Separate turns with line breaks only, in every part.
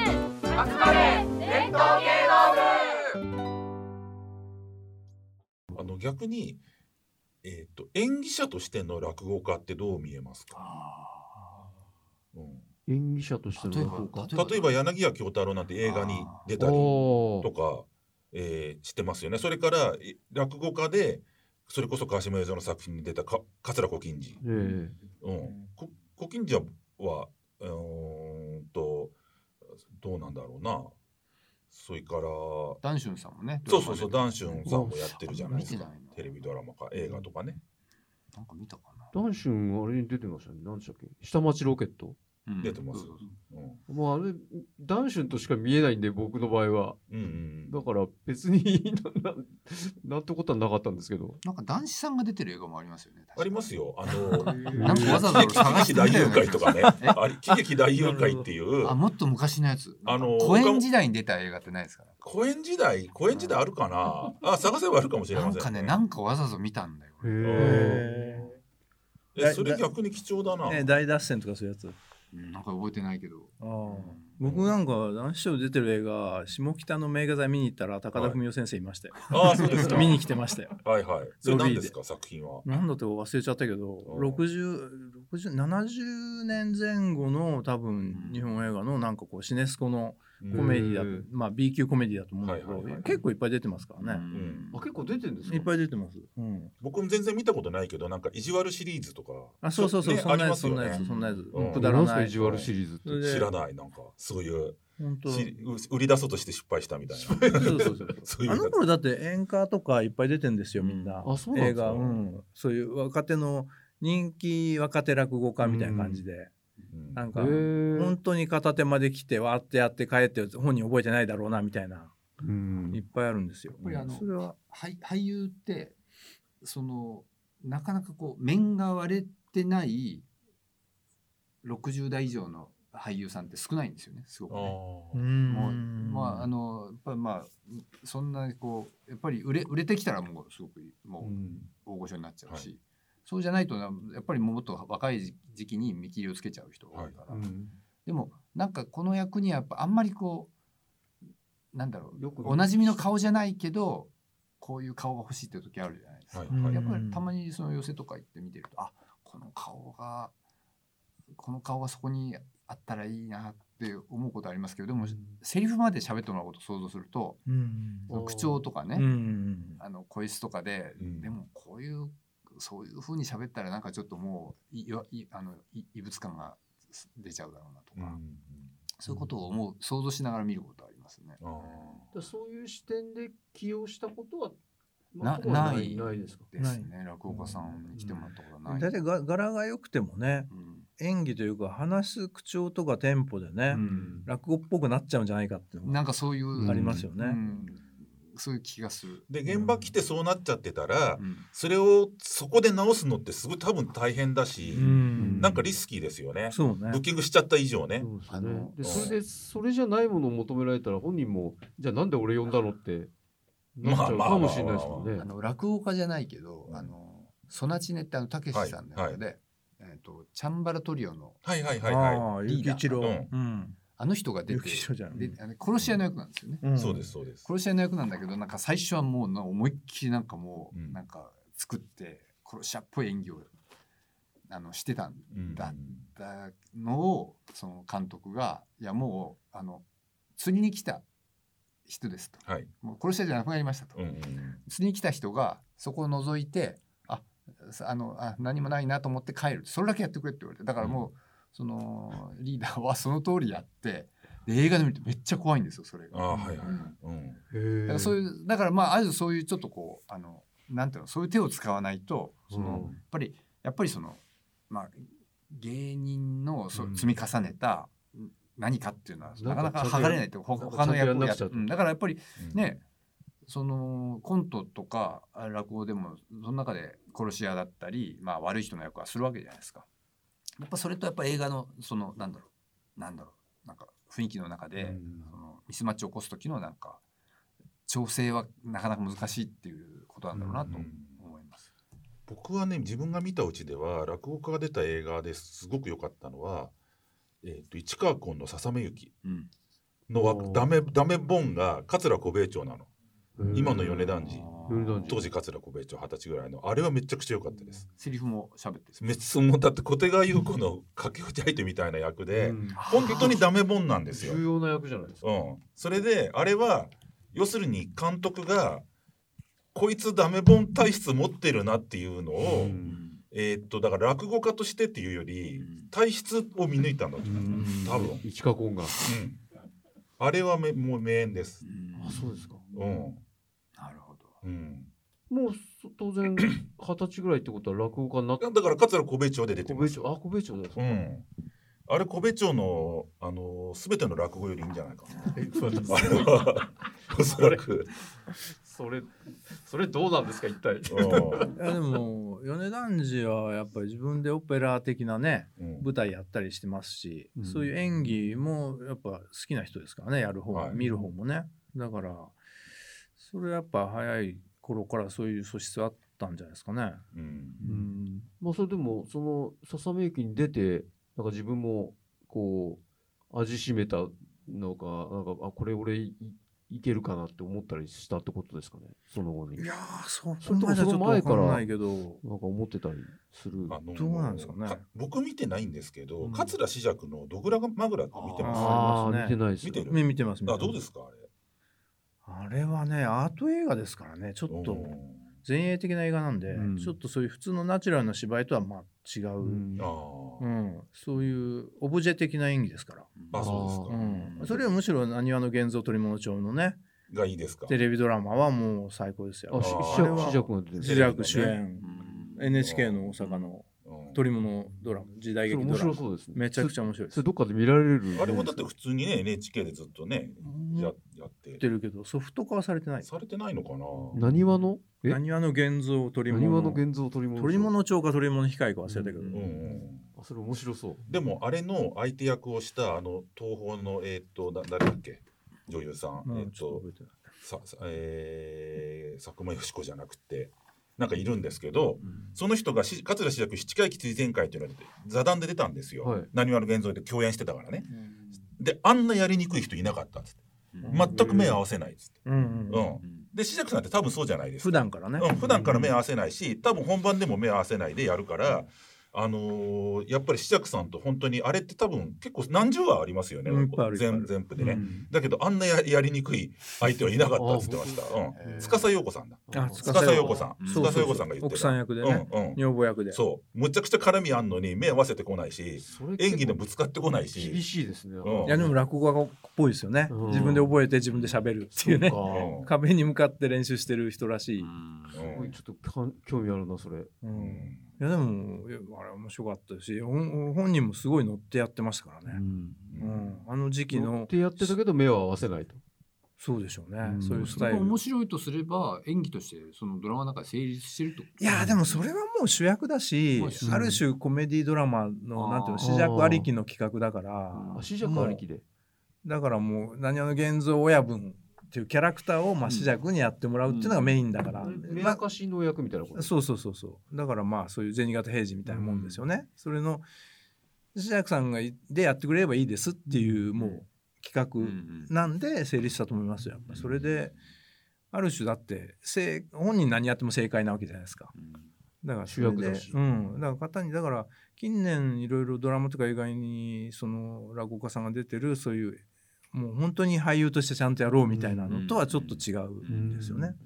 集まれ伝統芸能部
あの逆に、えっと演技者としての落語家ってどう見えますか、うん、
演技者としての落語家
例えば柳家京太郎なんて映画に出たり
お
とか、えーしてますよねそれからい落語家でそれこそ川島映像の作品に出たか桂小金治、
ーえ
うん、こ小金治はうーんとどうなんだろうなそれから
ダンシュンさんもね。
そうそうそう
ドラマ
ダンシュンさんもやってるじゃないです
あ
か
見てないな
テレビドラマか映画とかね
でなんか見たかな。
えダンシュン、あれに出てましたね。何でしたっけ下町ロケット。
うん
出てます
そうそうそう
うん
もうあれ、ダンシュンとしか見えないんで、僕の場合は。
うんうん
だから別に な、ななんてことはなかったんですけど。
なんか男子さんが出てる映画もありますよね。
ありますよあの
なんかわざわざ俺探して
喜劇
みた
大
よ
誘
うな気がする
拐とかねあれ喜劇大誘拐っていう
あ、もっと昔のやつ。
あの
公演時代に出た映画ってないですか
公演時代公演時代あるかなあ探せばあるかもしれ
な
ま
ん
せん
かね、なんかわざわざ見たんだよ。俺
へ
えそれ逆に貴重だな、
ね、大脱線とかそういうやつ。
うんなんか覚えてないけど。
あ
う
ー
ん
僕なんか男子賞出てる映画下北の名画座見に行ったら高田文夫先生いましたよ、
ああそうですか
見に来てましたよ
はいはいそれ
ロビー
何
で
ですか作品は
なんだって忘れちゃったけど
ん
6070年前後の多分日本映画のなんかこうシネスコの
うん
コメディだと、
うん
まあ B 級コメディだと思うんだけど、
はいはいはい
結構いっぱい出てますからね、
ん
あ、結構出てるんですか
いっぱい出てます、うん、
僕も全然見たことないけどなんか意地悪シリーズとか
あそうそうそう、
ね
そん
あ
な
り
や
ま
つ
す
そん
よ
な
ね
やつそんなやつ、
うん
くだら
何すか
な
意
い
地悪シリーズって
そ。れで
知らないなんかそういう
本当
し売り出そうとして失敗したみたいな
そうそうそう
そういう
あ
やつ
の頃だって演歌とかいっぱい出てんですよみんな、
あ、そうなんで
映
すか
画、うん、そういう若手の人気若手落語家みたいな感じで、
うん
なんか
へー
本当に片手まで来てわーってやって帰って本人覚えてないだろうなみたいな
うん
いっぱいあるんですよ。
ぱりあ
の
それは
俳俳優ってそのなかなかこう面が割れてない60代以上の俳優さんって少ないんですよねすごく
あ
ね。
ー
もうまああのやっぱりまあそんなにこうやっぱり売れ売れてきたらもうすごくもう大御所になっちゃうし、そうじゃないとなやっぱりもっと若い時時期に見切りをつけちゃう人が多いから、
うん
でもなんかこの役にはやっぱあんまりこうなんだろう
よく
おなじみの顔じゃないけどこういう顔が欲しいっていう時あるじゃないですか、
はい
うん
はい
やっぱりたまにその寄せとか行って見てるとあこの顔がこの顔がそこにあったらいいなって思うことありますけどでもセリフまで喋ってもらうことを想像すると
うん
おー
口調とかね、
うん
あの声質とかで、
うん
でもこういうそういうふうに喋ったらなんかちょっともういいわいあのい異物感が出ちゃうだろうなと
うん
か、そういうことを思う想像しながら見ることありますね。
あー
だそういう視点で起用したことは、
な
ほぼ
ない
ないですか。
ですね落語家さんに来てもらったことはない。
大体が柄が良くてもね
うん
演技というか話す口調とかテンポでね、落語っぽくなっちゃうんじゃないかっていうの
なんかそういう、
うん
がありますよ
う
ね。
ん、そういう気がする。
で現場来てそうなっちゃってたら、
うん
それをそこで直すのってすごい多分大変だし、
うん
なんかリスキーですよね、
そうね
ブッキングしちゃった以上ね、
そうです
あ
ね
の。
で、それで、それじゃないものを求められたら、本人も、じゃあなんで俺呼んだのって、なっちゃうかもしれないですもんね
あ。の落語家じゃないけど、
うん
あのソナチネってあのたけしさんの
はい
中で、えっ、とチャンバラトリオの
はいはいはいはい、
ああ、
リー
ゆき
ダー
一郎。
う
うんん。
あの人が出
ゆ
て
き、一郎じゃん。
であの殺し屋の役なんですよね。
うん
そうです。そうです
殺し屋の役なんだけどなんか最初はもうな思いっきりなんかもう、
うん
なんか作って殺し屋っぽい演技をあのしてたん
うん
だだのをその監督が「いやもうあの釣りに来た人です」と
はい、
「もう殺し屋じゃなくなりました」と。
うんうん
釣りに来た人がそこを覗いてあさあのあ何もないなと思って帰るそれだけやってくれって言われてだからもう、そのリーダーはその通りやってで映画で見るとめっちゃ怖いんですよそれが。
ああはいはい
うん
うん
だ
へ
からそういうだからまあある種そういうちょっとこうあのなんていうのそういう手を使わないとその、やっぱりやっぱりそのまあ芸人のそ
うん
積み重ねた何かっていうのは
な
なんか
か
なか
ちゃ
剥
んと
が
や
れないってほ他の役をや
ちゃんとやんなくちゃと
うんだからやっぱり
うん
ねそのコントとかあ落語でもその中で殺し屋だったり、まあ、悪い人の役はするわけじゃないですか。やっぱそれとやっぱ映画のそのなんだろうなんだろうなんか雰囲気の中で、
うん
そのミスマッチを起こす時のなんか調整はなかなか難しいっていうことなんだろうなと思います。
僕はね自分が見たうちでは落語家が出た映画ですごく良かったのは、えー、と市川崑の「ささめ雪
うん」
のわダメダメ本が桂小兵衛長なの今の米團次
米團
当時桂小兵衛長二十歳ぐらいのあれはめちゃくちゃ良かったです
セリフも喋って
めっちゃもうだって小手川優子の駆け落ち相手みたいな役で、本当にダメ本なんですよ
重要な役じゃないですか。
うん、それであれは要するに監督がこいつダメ本体質持ってるなっていうのを、
うん
えーっとだから落語家としてっていうより体質を見抜いたんだと思う、多分、うん、
一かこんが。
あれはめもう名演です、
あそうですか。
うん
なるほど。
うん、
もうそ当然二十歳ぐらいってことは落語家になって
だから桂小兵衛長で出て
小
ま
米
す、
町あ小米町です
う
か。
ん、あれ小兵衛長のあの全ての落語よりいいんじゃないかなあれ
それ
はおそらく、
それそれどうなんですか一体。
うん
いやでも米團次はやっぱり自分でオペラ的なね
うん
舞台やったりしてますし、
うん
そういう演技もやっぱ好きな人ですからねやる方も、
はい
見る方もねだからそれやっぱ早い頃からそういう素質あったんじゃないですかね。
うん
うんまあそれでもそのささめ駅に出てなんか自分もこう味しめたのかなんかあこれ俺いいけるかなって思ったりしたってことですかねその後に
い
なん
や
か
ーそ
それとも
こまではちょっ
そ
と分か
の
ん
前から
ないけど
思ってたりする
あの
どうなんですかね
僕見てないんですけど、
うん
桂枝雀のドグラマグラって見てます。
あ
あ
あ、
ります
見
ね
てないです
見てる
見見てます見て
あ
ます
どうですかあれ。
あれはねアート映画ですからねちょっと
うん
前衛的な映画なんで、
うん
ちょっとそういう普通のナチュラルな芝居とはまあ違う、
う
うん
ん
あ
あ
ー
そういうオブジェ的な演技ですから、
あそうですか
う。ん
うん
それはむしろ「なにわの現像取り物帳」のね
がいいですか。
テレビドラマはもう最高ですよ。
し
あ
試
あれ
着
は
試着が出てる
自虐主演、
うん
NHK の大阪の
うん
取り物ドラマ時代
それ
劇
面
ド
白
ラマ
そうですね
めちゃくち
ゃ
ゃ面白いです
それどっかで見られる
あれもだって普通にね NHK でずっとね
うん
や
やっ
やって
てるけどソフト化はされてない
されてないのかな。
何話のえ
なにわの現像取り
何話
物
の現像取り物
取り物帳か取り物控えか忘れたけど、
う
うんん。
あそれ面白そう
でもあれの相手役をしたあの東宝のえーっとな誰だっけ女優さん、
うん
えーっ
ちょ
と
っと覚えてない
ささえー佐久間よし子じゃなくてなんかいるんですけど、その人がし桂枝雀七回忌追善会っていうので座談で出たんですよ、
はい
なにわの現像で共演してたからねであんなやりにくい人いなかったっつって
うん
全く目合わせないっつって、
うんうん
う
うん
んで枝雀さんって多分そうじゃないです
普
か
段からね、
うん、普段から目合わせないし多分本番でも目合わせないでやるから、あのーやっぱり枝雀さんと本当にあれって多分結構何十話ありますよね、
うんいっぱいあるいっぱいあ
全
る
全部
う
で
ん
ね、だけどあんなややりにくい相手はいなかったって言ってました。うん
へー
司陽子さんだ。
あ
司
司陽子
陽子さん。
そうそ
司
うそう
陽子さんが言ってた。
奥さん役でね、
うんうん。
女房役で
そう。むちゃくちゃ絡みあんのに目合わせてこないし、
それ
演技でぶつかってこない
厳
し。
しいですね
うん
いやでも落語家っぽいですよね、
うん
自分で覚えて自分で喋るっていうね
そか
うん
壁に向かって練習してる人らしい、
う
すごい
ん
ちょっとかん興味あるなそれ。
うん
う
い
ん
やでもいやあれ面白かったしほん本人もすごい乗ってやってましたからね、うんあの時期
乗
の
ってやってたけど目を合わせないと。
そうでしょうね、
うん
そういうス
そ
タイ
れが
ル
面白いとすれば演技としてそのドラマの中で成立してるってこと
いやでもそれはもう主役だし、
うん
ある種コメディドラマのなんていうの主役ありきの企画だから
うん
足じゃありきで。
だからもう「何々の現像親分」っていうキャラクターをまあ死弱にやってもらうっていうのがメインだから、
目
ま
明かしの役みたいなこと。
そうそうそうそうだからまあそういう銭形平次みたいなもんですよね、それの死弱さんがいでやってくれればいいですっていうもう
うんう
企
ん
画なんで成立したと思いますよやっぱそれである種だって正本人何やっても正解なわけじゃないですかだからそれで
主役だし
うん、だから方にだから近年いろいろドラマとか以外にその落語家さんが出てるそういうもう本当に俳優としてちゃんとやろうみたいなのとはちょっと違うんですよね。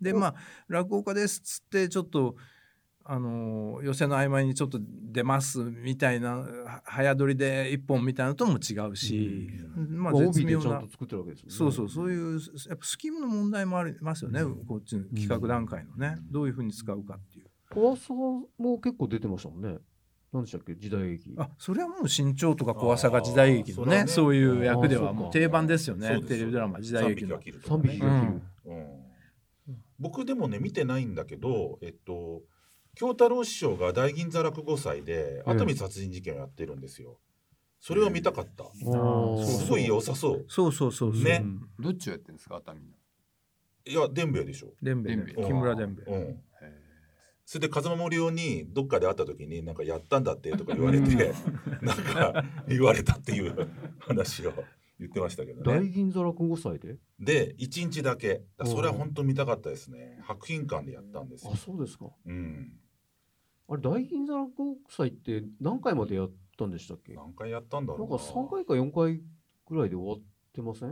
でまあ落語家ですっつってちょっとあの寄席の合間にちょっと出ますみたいなは早撮りで一本みたいなのとも違うし、
ま
まあ
あ
絶
帯で
妙
ちゃ
なん
と作ってるわけですもんね。
そうそうそういうやっぱスキームの問題もありますよね、こっちの企画段階のね、どういうふうに使うかっていう。
怖さも結構出てましたもんね。何でしたっけ時代劇。
あそれはもう身長とか怖さが時代劇のね
あー
そ
そううだね
いう役で
あーそ
は
うか
もう定番ですよ
そう
ね
です
テレビドラマ時代
三
劇
匹
の
は切るとか
三
ね
匹が切る。
うん僕でもね見てないんだけど、えっと京太郎師匠が大銀座落語祭で
うん
熱海殺人事件をやってるんですよ。それは見たかった。
ん
おー
そう
すごい良さそう。
そうそうそうそう
ね
うん
どっちをやってるんですか熱海の
いや、伝兵衛でしょ。
でんべい
でんべい
木村でんべい
うん。
へー
それで風間森夫にどっかで会った時になんかやったんだってとか言われてなんか言われたっていう話を言ってましたけど
大
ね。
銀座落語祭で
で一日だけだ
うん
それは本当見たかったですね博品館でやったんですよ
あ。そうですか
うん、
あれ大銀座落語祭って何回までやったんでしたっけなん
何回やったんだろう
か3回か4回ぐらいで終わってません、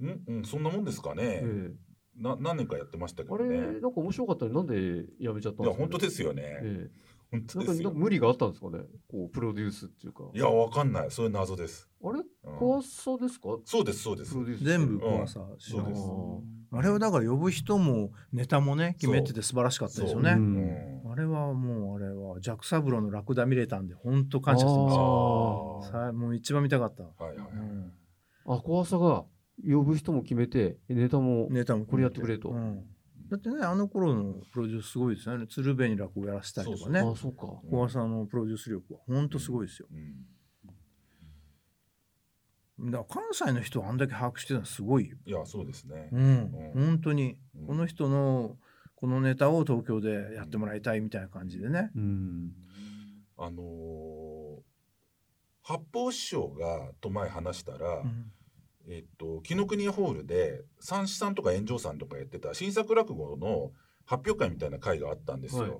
な。うんうんそんなもんですかね。
ええ
な何年かやってましたけ
あ
ど
れ
ね。
なんか面白かったのになんでやめちゃった
いや
んですか、ね、
本当ですよね。
え
本
え
当
なん
です
かな
よ
んか。無理があったんですかねこうプロデュースっていうか
いやわかんないそれ謎です。
あれ
うん
怖さですか
そうですそうです
プ。ロデュース
全部
うん
怖さし
そ
な
う
が
で
ら
す
あれはだから呼ぶ人もネタもね決めてて素晴らしかったですよね、
そうう
うんん
あれはもうあれはジャック・サブローのラクダ見れたんで本当感謝して
ああ
ますよ
は
さあもう一番見たかった、
いはいはい。
うん
あ怖さが呼ぶ人も決めてネタも
ネタも
これやってくれと
うんだってねあの頃のプロデュースすごいですよね鶴瓶に落語やらせたりとかね
あそうか
うん
小川さんのプロデュース力は本当すごいですよ。
うん
だから関西の人はあんだけ把握してたのはすごいよ。
いやそうですね
う。ん、
うん
本当に
うん
この人のこのネタを東京でやってもらいたいみたいな感じでね。
うん
あのー八方師匠がと前話したら、
うん
えっと紀ノ国ホールで三枝さんとか円城さんとかやってた新作落語の発表会みたいな会があったんですよ。
はい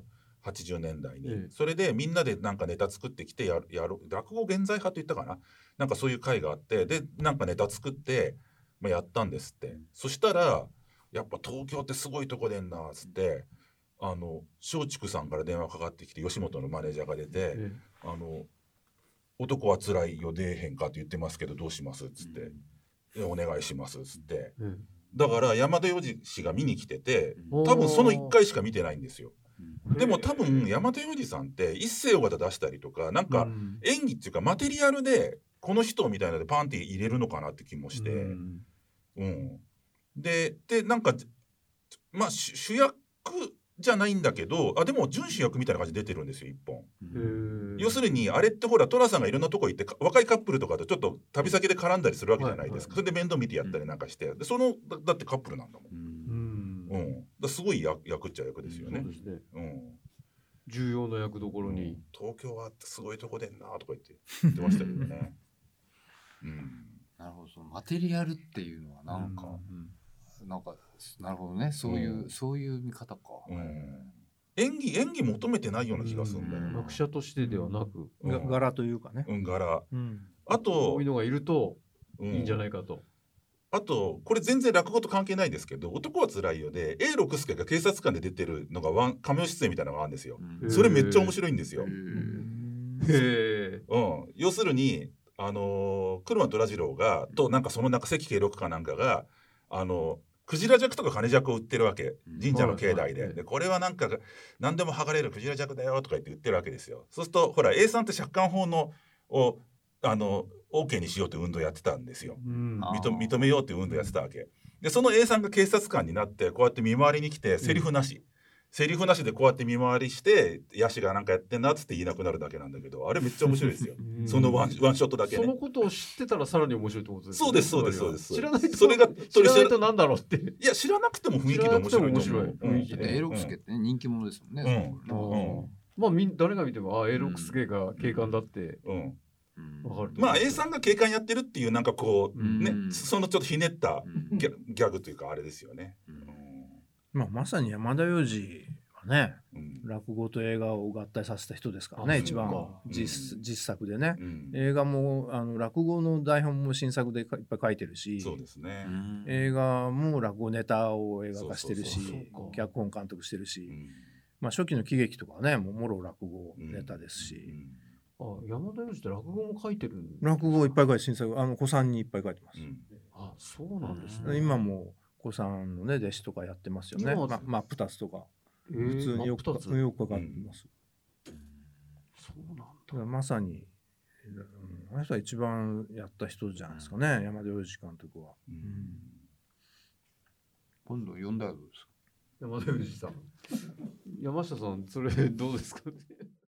80年代に、
ええ
それでみんなでなんかネタ作ってきてやるやる落語現在派といったかななんかそういう会があってでなんかネタ作って、まあ、やったんですってそしたらやっぱ東京ってすごいとこでんなっつってあの松竹さんから電話かかってきて吉本のマネージャーが出て、
え
あの「男はつらいよ出えへんか」って言ってますけどどうしますっつって「えお願いします」っつって
ええ
だから山田洋次氏が見に来てて
おー
多分その1回しか見てないんですよ
うん
でも多分山田洋次さんって一世尾形出したりとかなん
う
か
ん
演技っていうかマテリアルでこの人みたいなのでパンって入れるのかなって気もして、
う
うん
ん
ででなんかまあ主主役じゃないんだけどあでも準主役みたいな感じで出てるんですよ一本。
へえ
要するにあれってほら寅さんがいろんなとこ行ってか若いカップルとかとちょっと旅先で絡んだりするわけじゃないですか、
はい
それで面倒見てやったりなんかしてでそのだだってカップルなんだもん、
うん
うん、だからすごい役役っちゃ役ですよ
そう
ね
で、すね
うん
重要な役どころに
東京はすごいとこでんなとか言って言ってましたけど ね、うん、
なるほどそのマテリアルっていうのはなんか、なんかなるほどねそういう、
うん
そういう見方か、
うん演技演技求めてないような気がするんだよな
役者としてではなく
うん
が柄というかね。
うん柄
うん
あ
ことういうのがいると
う
いいんじゃないいかと
あとこれ全然落語と関係ないですけど「男はつらいよ」で A 六輔が警察官で出てるのがワン仮名出演みたいなのがあるんですよ、
うん
それめっちゃ面白いんですよ。
へえ
うん、要するに、あのー、車虎次郎がとなんかそのなんか関慶六かなんかが、あのークジラジャクとか金ジャクを売ってるわけ
うん
神社の境内
はいはいは
で
い
でこれはなんか何でも剥がれるクジラジャクだよとか言って売ってるわけですよ。そうするとほら A さんって借款法のをあの OK にしようって運動やってたんですよ。
うん
あ
認認めようっていう運動やってたわけでその A さんが警察官になってこうやって見回りに来てセリフなし、セリフなしでこうやって見回りしてヤシがなんかやってんなっつって言いなくなるだけなんだけどあれめっちゃ面白いですよ
うん
そのワンワンショットだけ
そ
ね
のことを知ってたらさらに面白いってことですよ
そう
ね
ですそうですそうです
つまりは知らないと
それがそ
知
れ
らないとなんだろうって
いや知らなくても雰囲気で面白いと
知
思
らな
う
くても面白い雰囲気
だっ
で
てエロクスケってね、人気者ですもんね。
うん
そこね
まあみん誰が見てもあ A6 すげえが警官だって
うんうん
うん
わかると
まあ A さんが警官やってるっていうなんかこ
う
うね、
うん
そのちょっとひねった
うん
ギャギャグというかあれですよね、
う
うん
まあ、まさに山田洋次はね
ん
落語と映画を合体させた人ですから
あ
ね
そ
一
う
番
か
実,、
うん
実作でね
う。ん
映画もあの落語の台本も新作でかいっぱい書いてるし。
そうですね、
映画も落語ネタを映画化してる
そ
し
う
そうそうそう
脚本監督してる
う
し、
ん
まあ、初期の喜劇とかはねもうもろ落語ネタです
う
し、
ん
あ山田洋次って落語も書いてるん
落語をいっぱい書いて新作あの子さんにいっぱい書いてます、
あそうなんですね
今も子さんのね弟子とかやってますよね
今は
ままあプタスとか
普
普通によく,、
2つそう
よくかかってます、
なんだ
ただまさに、うん、あの人は一番やった人じゃないですかね、山田洋次監督は。
うん
今度呼んだらどうですか
山田洋次さん山下さんそれどうですかね